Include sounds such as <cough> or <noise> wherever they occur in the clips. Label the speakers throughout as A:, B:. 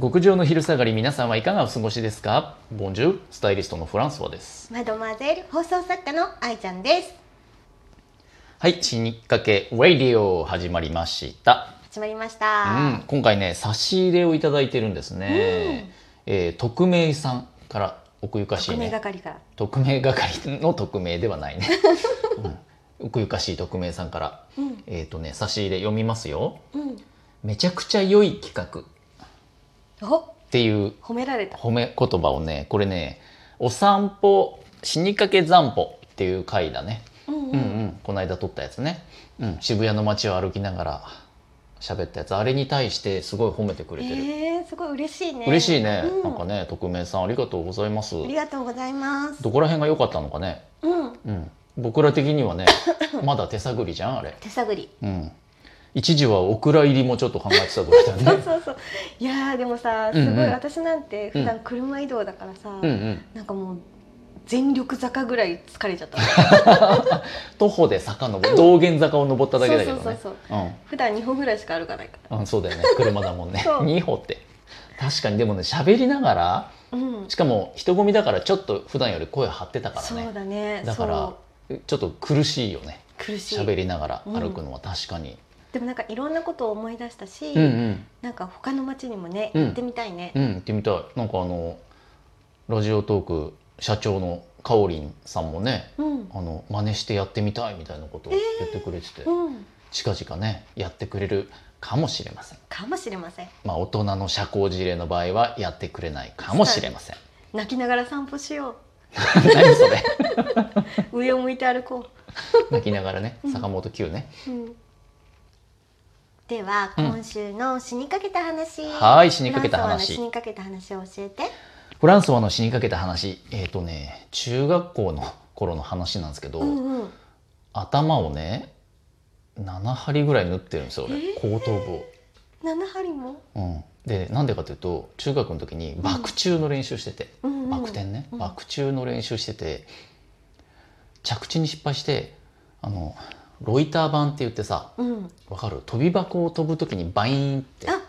A: 極上の昼下がり皆さんはいかがお過ごしですかボンジュールスタイリストのフランソワです
B: マドマゼル放送作家の愛ちゃんです
A: はい新日課けウェイディオ始まりました、
B: 始まりまし
A: う
B: た、
A: ん、今回ね差し入れをいただいてるんですね、えー匿名さんから奥ゆかしい
B: 匿名
A: ね
B: 係から
A: 匿名係の匿名ではない
B: <laughs>
A: ね、うん、奥ゆかしい匿名さんから
B: うん
A: えっ、とね差し入れ読みますよ
B: うん
A: めちゃくちゃ良い企画っ
B: お
A: ていう
B: 褒められた
A: 褒め言葉をねこれね「お散歩死にかけ散歩」っていう回だね、
B: うん
A: うんうん、この間撮ったやつね、うん、渋谷の街を歩きながら喋ったやつあれに対してすごい褒めてくれてる、
B: えー、すごい嬉しいね
A: 嬉しいね、
B: うん
A: なんかね匿名さんありがとうございます
B: ありがとうございます
A: どこら辺が良かったのかね、
B: うん
A: うん、僕ら的には
B: <laughs>
A: ねまだ手探りじゃんあれ、
B: 手探り
A: うん、一時はオクラ入りもちょっと考えてたぐらいだ
B: そう
A: ね
B: そうそういやーでもさす
A: う
B: ごい、
A: んうん
B: 私なんて普段車移動だからさ、
A: うんうん
B: なんかもう全力坂ぐらい疲れちゃった
A: 徒歩で坂登る道玄坂を登っただけだけどね
B: そうそうそう
A: うん
B: 普段二歩ぐらいしか歩かないか
A: うん、そうだ
B: <laughs>
A: よね車だもんね
B: そう
A: 2歩って確かにでもね喋りながら
B: らうん
A: しかも人混みだからちょっと普段より声張ってたから
B: そう
A: ね
B: だね
A: だか
B: そ
A: ら
B: う
A: ちょっと苦しいよね
B: 苦し
A: 喋
B: い
A: りながら歩くのは確かに、
B: でもなんかいろんなことを思い出したし、
A: うん、うん
B: なんか他の町にもね
A: うん
B: 行ってみたいね、
A: うん行ってみたいなんかあのラジオトーク社長のかおりんさんもね
B: うん
A: あの真似してやってみたいみたいなことを言ってくれてて、
B: うん、
A: 近々ねやってくれるかもしれません
B: かもしれません
A: まあ大人の社交辞令の場合はやってくれないかもしれません
B: 泣きながら散歩しよ
A: <laughs> 何それ
B: う上を向いて歩こ
A: 泣きながらね坂本九ね、
B: う、うん、では
A: うん
B: 今週の死にかけた話、
A: はーい死にかけた話
B: フランソワの死にかけた話を教えて
A: フランソワの死にかけた話えっ、とね中学校の頃の話なんですけど、
B: うんうん
A: 頭をね7針ぐらい縫ってるんですよ俺、
B: えー
A: 後頭部を。
B: 七針も
A: うん、でなんでかというと中学の時にバク宙の練習してて、
B: うんうん
A: バク転ね、
B: うん
A: バク宙の練習してて着地に失敗してあのロイター板って言ってさ
B: うん
A: わかる飛び箱を飛ぶ時にバイーンって
B: あ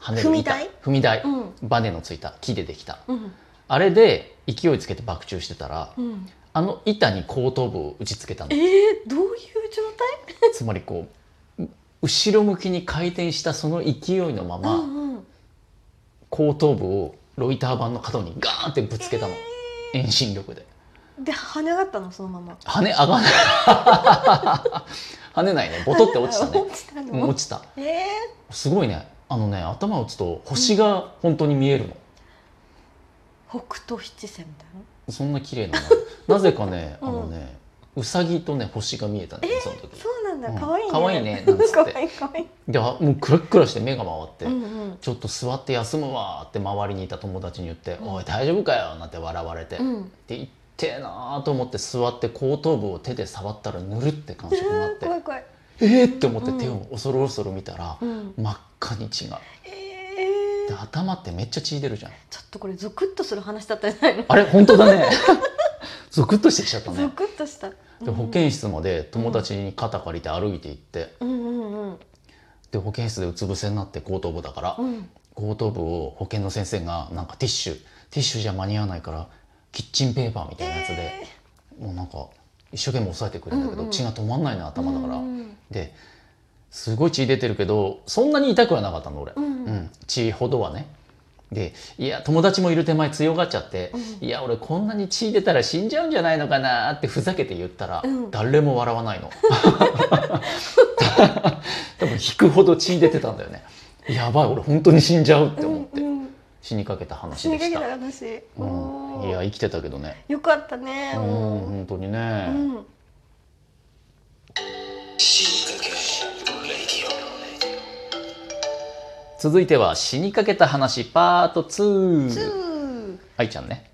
A: 跳ねる板
B: 踏み台
A: 踏み台、
B: うん
A: バネのついた木でできた
B: うん
A: あれで勢いつけて爆中してたら、
B: うん
A: あの板に後頭部を打ちつけたの
B: <laughs> えー、どういう状態
A: つまりこうう後ろ向きに回転したその勢いのまま、
B: うんうん
A: 後頭部をロイター板の角にガーンってぶつけたの、遠心力で
B: で跳ね上がったのそのまま
A: 跳ね上がんない <laughs> 跳ねないねボトって落ちたね
B: <laughs> 落ちた
A: うん
B: の
A: 落ちた
B: え
A: すごいねあのね頭打つと星が本当に見えるの、
B: ー、北斗七星みたいな
A: そんな綺麗なのなぜかねあ
B: うん
A: のね、うさぎとね星が見えたんだよその時
B: そうなんだ、
A: うん
B: 可愛いね。
A: 可愛いねなんつって
B: <laughs> 可愛い可愛い。
A: であもうクラックラして目が回って、
B: うんうん。
A: ちょっと座って休むわーって周りにいた友達に言って「おい大丈夫かよ」なんて笑われて、
B: う
A: っ
B: ん。
A: て言ってえなーと思って座って後頭部を手で触ったらぬるって感
B: う
A: 触にな
B: わ
A: っ
B: ー
A: て
B: 怖い怖い。
A: えーって思って手を恐る恐る見たら、
B: うん。
A: 真っ赤に血が
B: え
A: で
B: ー、
A: 頭ってめっちゃ血出るじゃん
B: ちょっとこれゾクッとする話だったじゃないの。
A: あれ本当だね <laughs> ゾクッとしてきちゃった
B: ゾ
A: ね
B: クッとした。
A: で
B: うん
A: 保。健室まで友達に肩借りて歩いて行って、
B: うんうんうん。
A: で保健室でうつ伏せになって後頭部だから、
B: うん。
A: 後頭部を保健の先生がなんかティッシュティッシュじゃ間に合わないからキッチンペーパーみたいなやつで、もうなんか一生懸命押さえてくれるんだけど、
B: うんうん
A: 血が止まんないな頭だから、
B: うんうん
A: ですごい血出てるけどそんなに痛くはなかったの俺、
B: うん
A: 血ほどはねでいや友達もいる手前強がっちゃって、
B: う
A: いや俺こんなに血出たら死んじゃうんじゃないのかなってふざけて言ったら、
B: うん
A: 誰も笑わないの <laughs> 多分引くほど血出てたんだよねやばい俺本当に死んじゃうって思って、
B: うんうん
A: 死にかけた話
B: 死に
A: で
B: か
A: し
B: け
A: た
B: た話。
A: うん、
B: おー
A: いや生きてたけどね
B: よかったね
A: うん。本当にね、
B: うん。
A: 続いては死にかけた話パート
B: ツ
A: 2
B: ー。
A: 愛ちゃんね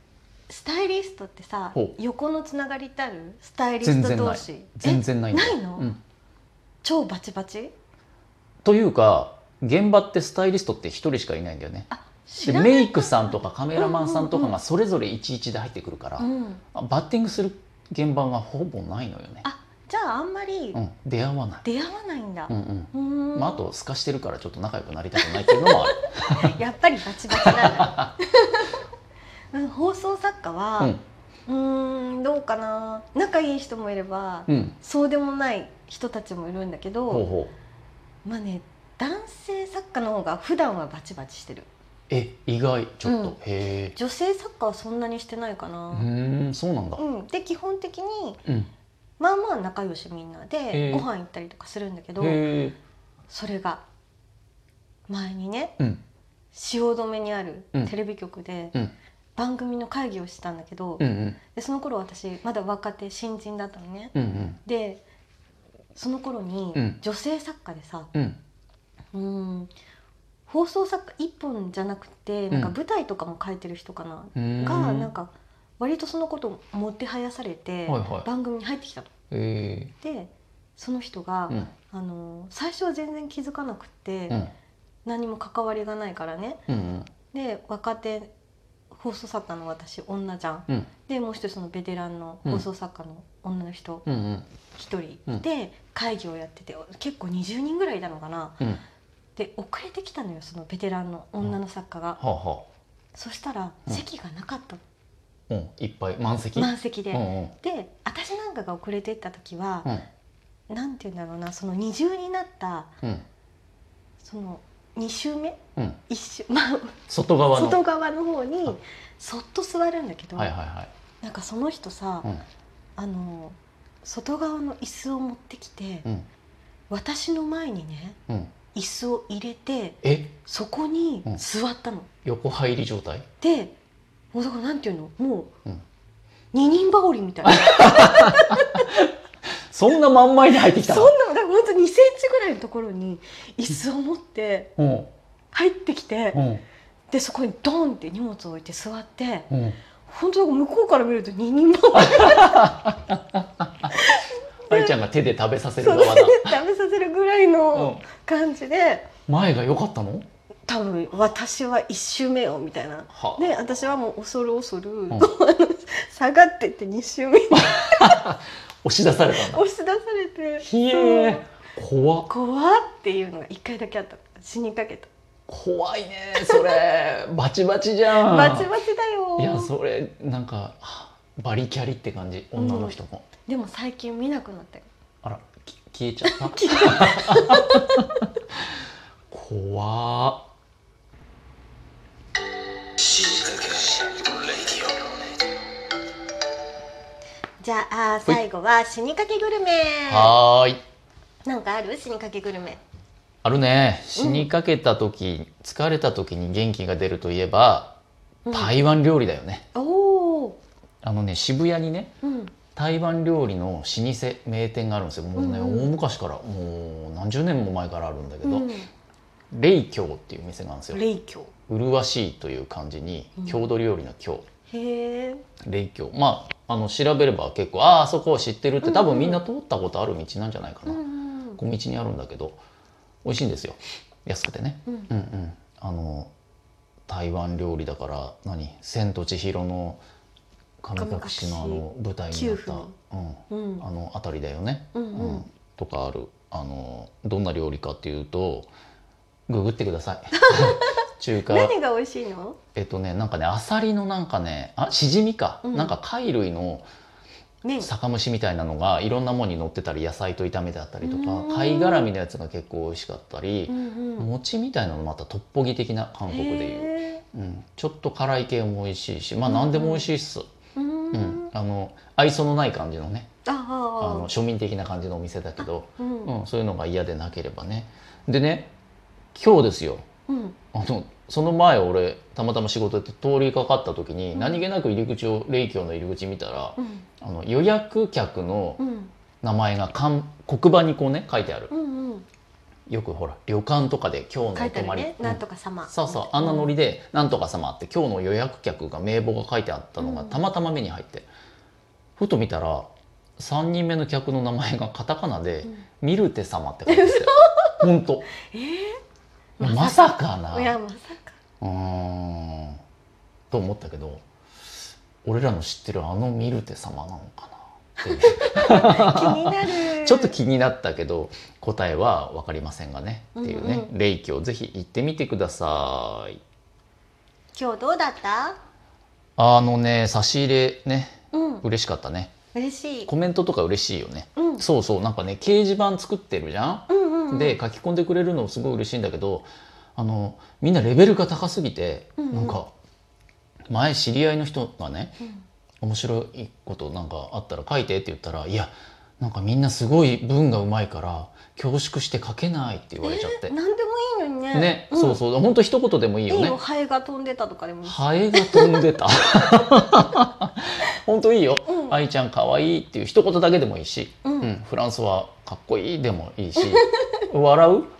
B: スタイリストってさ
A: ほう
B: 横のつながりってあるスタイリス
A: 全
B: ト
A: 然な
B: 同
A: い
B: 士
A: 全然ないんだよ
B: えないの
A: うん
B: 超バチバチ
A: というか現場ってスタイリストって一人しかいないんだよね
B: あ
A: で
B: 知らない
A: メイクさんとかカメラマンさんとかがそれぞれいちいちで入ってくるから、
B: うん
A: あバッティングする現場がほぼないのよね
B: あじゃああんまり
A: うん、出会わない、
B: 出会わないんだ
A: うんうん
B: うーん
A: まあ、あと透かしてるからちょっと仲良くなりたくないっていうのもある、
B: <laughs> やっぱりバチバチなんだ
A: <laughs>
B: うん放送作家
A: う
B: は
A: ん
B: うーんどうかな仲いい人もいれば
A: うん、
B: そうでもない人たちもいるんだけ
A: ほう
B: ど
A: ほう
B: まあね男性作家の方が普段はバチバチしてる
A: え意外ちょっと、
B: うん
A: へえ
B: 女性作家はそんなにしてないかな
A: うーんそうなんだ
B: うん、で基本的に
A: うん
B: まあまあ仲良しみんな
A: へー
B: でご飯行ったりとかするんだけど、
A: へえ
B: それが前にね
A: うん
B: 汐留にある
A: うん
B: テレビ局で
A: うん
B: 番組の会議をしてたんだけど、
A: うんうん
B: でその頃私まだ若手新人だったのね。
A: うんうん
B: でその頃に
A: うん
B: 女性作家でさ、
A: うん
B: うーん放送作家一本じゃなくてなんか
A: うん
B: 舞台とかも書いてる人かな、
A: うーん
B: がなんか割とそのことをもてはやされて
A: はいはい
B: 番組に入ってきたの。
A: へえ
B: でその人が、
A: うん
B: あの最初は全然気づかなくて、
A: うん
B: 何も関わりがないからね
A: うん
B: で若手放送作家の私女じゃん
A: うんうん
B: でもう一人そのベテランの
A: うん
B: 放送作家の女の人
A: うんうん
B: 一人いて、会議をやってて結構20人ぐらいいたのかな
A: うんは
B: で遅れてきたのよそのベテランの女の作家が、
A: あは
B: そしたら
A: うん
B: 席がなかったの、
A: あうんいっぱい満席
B: 満席で、
A: うんうん
B: で私なんかが遅れてった時は
A: う、ん
B: なんて言うんだろうなその二重になった
A: うん
B: その2周目
A: うん
B: 一周まあ
A: 外側の
B: <laughs> 外側の方に
A: あ
B: そっと座るんだけど、
A: はいはいはい
B: なんかその人さ、
A: うん
B: あの外側の椅子を持ってきて、
A: うん
B: 私の前にね
A: うん
B: 椅子を入れて
A: え
B: そこに
A: うん
B: 座ったの。
A: 横入り状態
B: でもうだからなんていうのも
A: う
B: う、
A: ん
B: 二人羽織みたいな
A: そんな真ん前に入ってき
B: そ
A: た
B: ん
A: の
B: なだからほんと2センチぐらいのところに椅子を持って
A: うん
B: 入ってきて
A: うん
B: でそこにドンって荷物を置いて座って。
A: うん
B: 本当向こうから見ると二人羽
A: 愛ちゃんが手で食べさせ
B: 織
A: る
B: それ
A: 側
B: で
A: だ
B: 食べさせるぐらいの感じで、
A: うん前が良かったの
B: 多分私は一周目よみたいな。
A: はあ
B: で私はもう恐る恐る、
A: ん
B: <laughs> 下がってって2周目に
A: 押し出されたんだ
B: 押し出されて
A: ひえ怖っ
B: そう怖っていうのが1回だけあった死にかけた
A: 怖いねそ
B: <laughs>
A: れバチバチじゃん
B: バチバチだよ
A: いやそれなんかはあバリキャリって感じ女の人も、
B: でも最近見なくなっ
A: <laughs>
B: たよ
A: あらき消えちゃった怖っ
B: じゃああー最後は死にかけグルメ
A: はーい
B: なんかある死にかけグルメ
A: あるね死にかけた時、疲れた時に元気が出るといえば
B: うん
A: 台湾料理だよね、
B: おお
A: あのね渋谷にね
B: うん
A: 台湾料理の老舗名店があるんですよもうね、
B: うんうん
A: 大昔からもう何十年も前からあるんだけど、
B: うん
A: 霊郷っていう店なんですよ
B: 霊郷
A: 麗しいという漢字に
B: うん
A: 郷土料理の郷、
B: へえ
A: 霊郷まああの調べれば結構ああそこを知ってるっ
B: うんう
A: て
B: ん
A: 多分みんな通ったことある道なんじゃないか
B: う
A: な、
B: んうん
A: 小道にあるんだけど美味しいんですよ安くてね
B: うん
A: うんうんあの台湾料理だから何「千と千尋の神隠し」のあの舞台になっ
B: 九
A: た、
B: 夫
A: うん、
B: うん
A: あの辺りだよね、
B: うん
A: う
B: うん
A: んとかあるあのどんな料理かっていうとググってください <laughs> 中華
B: 何が美味しいの
A: えっとねなんかねアサリのなんかねあシジミか、
B: うん
A: なんか貝類の
B: 麺
A: 酒蒸しみたいなのがいろんなものに乗ってたり野菜と炒めてあったりとか
B: うん
A: 貝絡みのやつが結構美味しかったり
B: う、んうん
A: 餅みたいなのまたトッポギ的な韓国でいう、
B: へ
A: うん、ちょっと辛い系も美味しいしまあ
B: うん
A: 何でも美味しいっす、
B: ーうん
A: うん、あの愛想のない感じのね
B: あ
A: あ
B: あ
A: の庶民的な感じのお店だけど、
B: うん
A: うん、そういうのが嫌でなければねでね今日ですよ
B: うん
A: あのその前俺たまたま仕事で通りかかった時に、
B: うん
A: 何気なく入り口を霊郷の入り口見たら、
B: うん
A: あの予約客の
B: うん
A: 名前が看黒板にこうね書いてある
B: うんうん
A: よくほら旅館とかで「今日の
B: 書
A: お
B: いてあ
A: 泊ま
B: る
A: り」
B: ね
A: うん
B: なんとか様
A: そうそうあんなノリで「なんとか様」って今日の予約客が名簿が書いてあったのが
B: うん
A: たまたま目に入って、ふと見たら3人目の客の名前がカタカナで
B: うん
A: 「ミルテ様」って書いてあっ
B: <laughs>
A: て本当
B: え
A: まさかな
B: ーいやまさか
A: うーんと思ったけど俺らの知ってるあのミルテ様なのかな
B: 気になる
A: <laughs> ちょっと気になったけど答えは分かりませんがねっていうね、
B: うんうん
A: 霊気をぜひ行ってみてください
B: 今日どうだった
A: あのね差し入れね
B: うん
A: 嬉しかったね
B: 嬉しい
A: コメントとか嬉しいよね
B: うん
A: そうそうなんかね掲示板作ってるじゃん、
B: うんうんうん
A: で書き込んでくれるのもすごい嬉しいんだけどあのみんなレベルが高すぎて、
B: うんうん
A: なんか前知り合いの人がね
B: うん
A: 面白いことなんかあったら書いてって言ったらいやなんかみんなすごい文がうまいから恐縮して書けないって言われちゃって、
B: 何でもいいのにね
A: ね、そうそうほんと一言でもいい
B: い
A: よ
B: い
A: ね
B: よハエが飛んでたとかでもいいし
A: ハエが飛んで
B: <laughs>
A: たほんといいよ、
B: うん
A: 愛ちゃんかわいいっていう一言だけでもいいし、
B: う
A: うん
B: ん
A: フランスはかっこいいでもいいし <laughs> 笑う <laughs>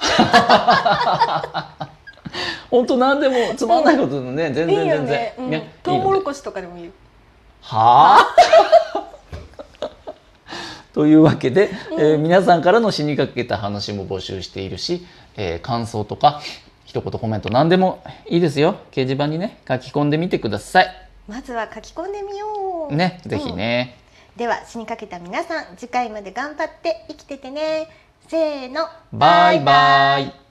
A: ほんと何でもつまんないことでもね全
B: いい
A: 然
B: よ
A: 全然
B: ねうん
A: ね
B: トウモ
A: いい
B: ロ
A: ので
B: コシとかでもいいよ
A: はあ <laughs> というわけで、えー皆さんからの死にかけた話も募集しているし、えー感想とか一言コメント何でもいいですよ掲示板にね書き込んでみてください
B: まずは書き込んでみよう
A: ねぜひね、
B: うんでは死にかけた皆さん次回まで頑張って生きててねせーの
A: バイバイ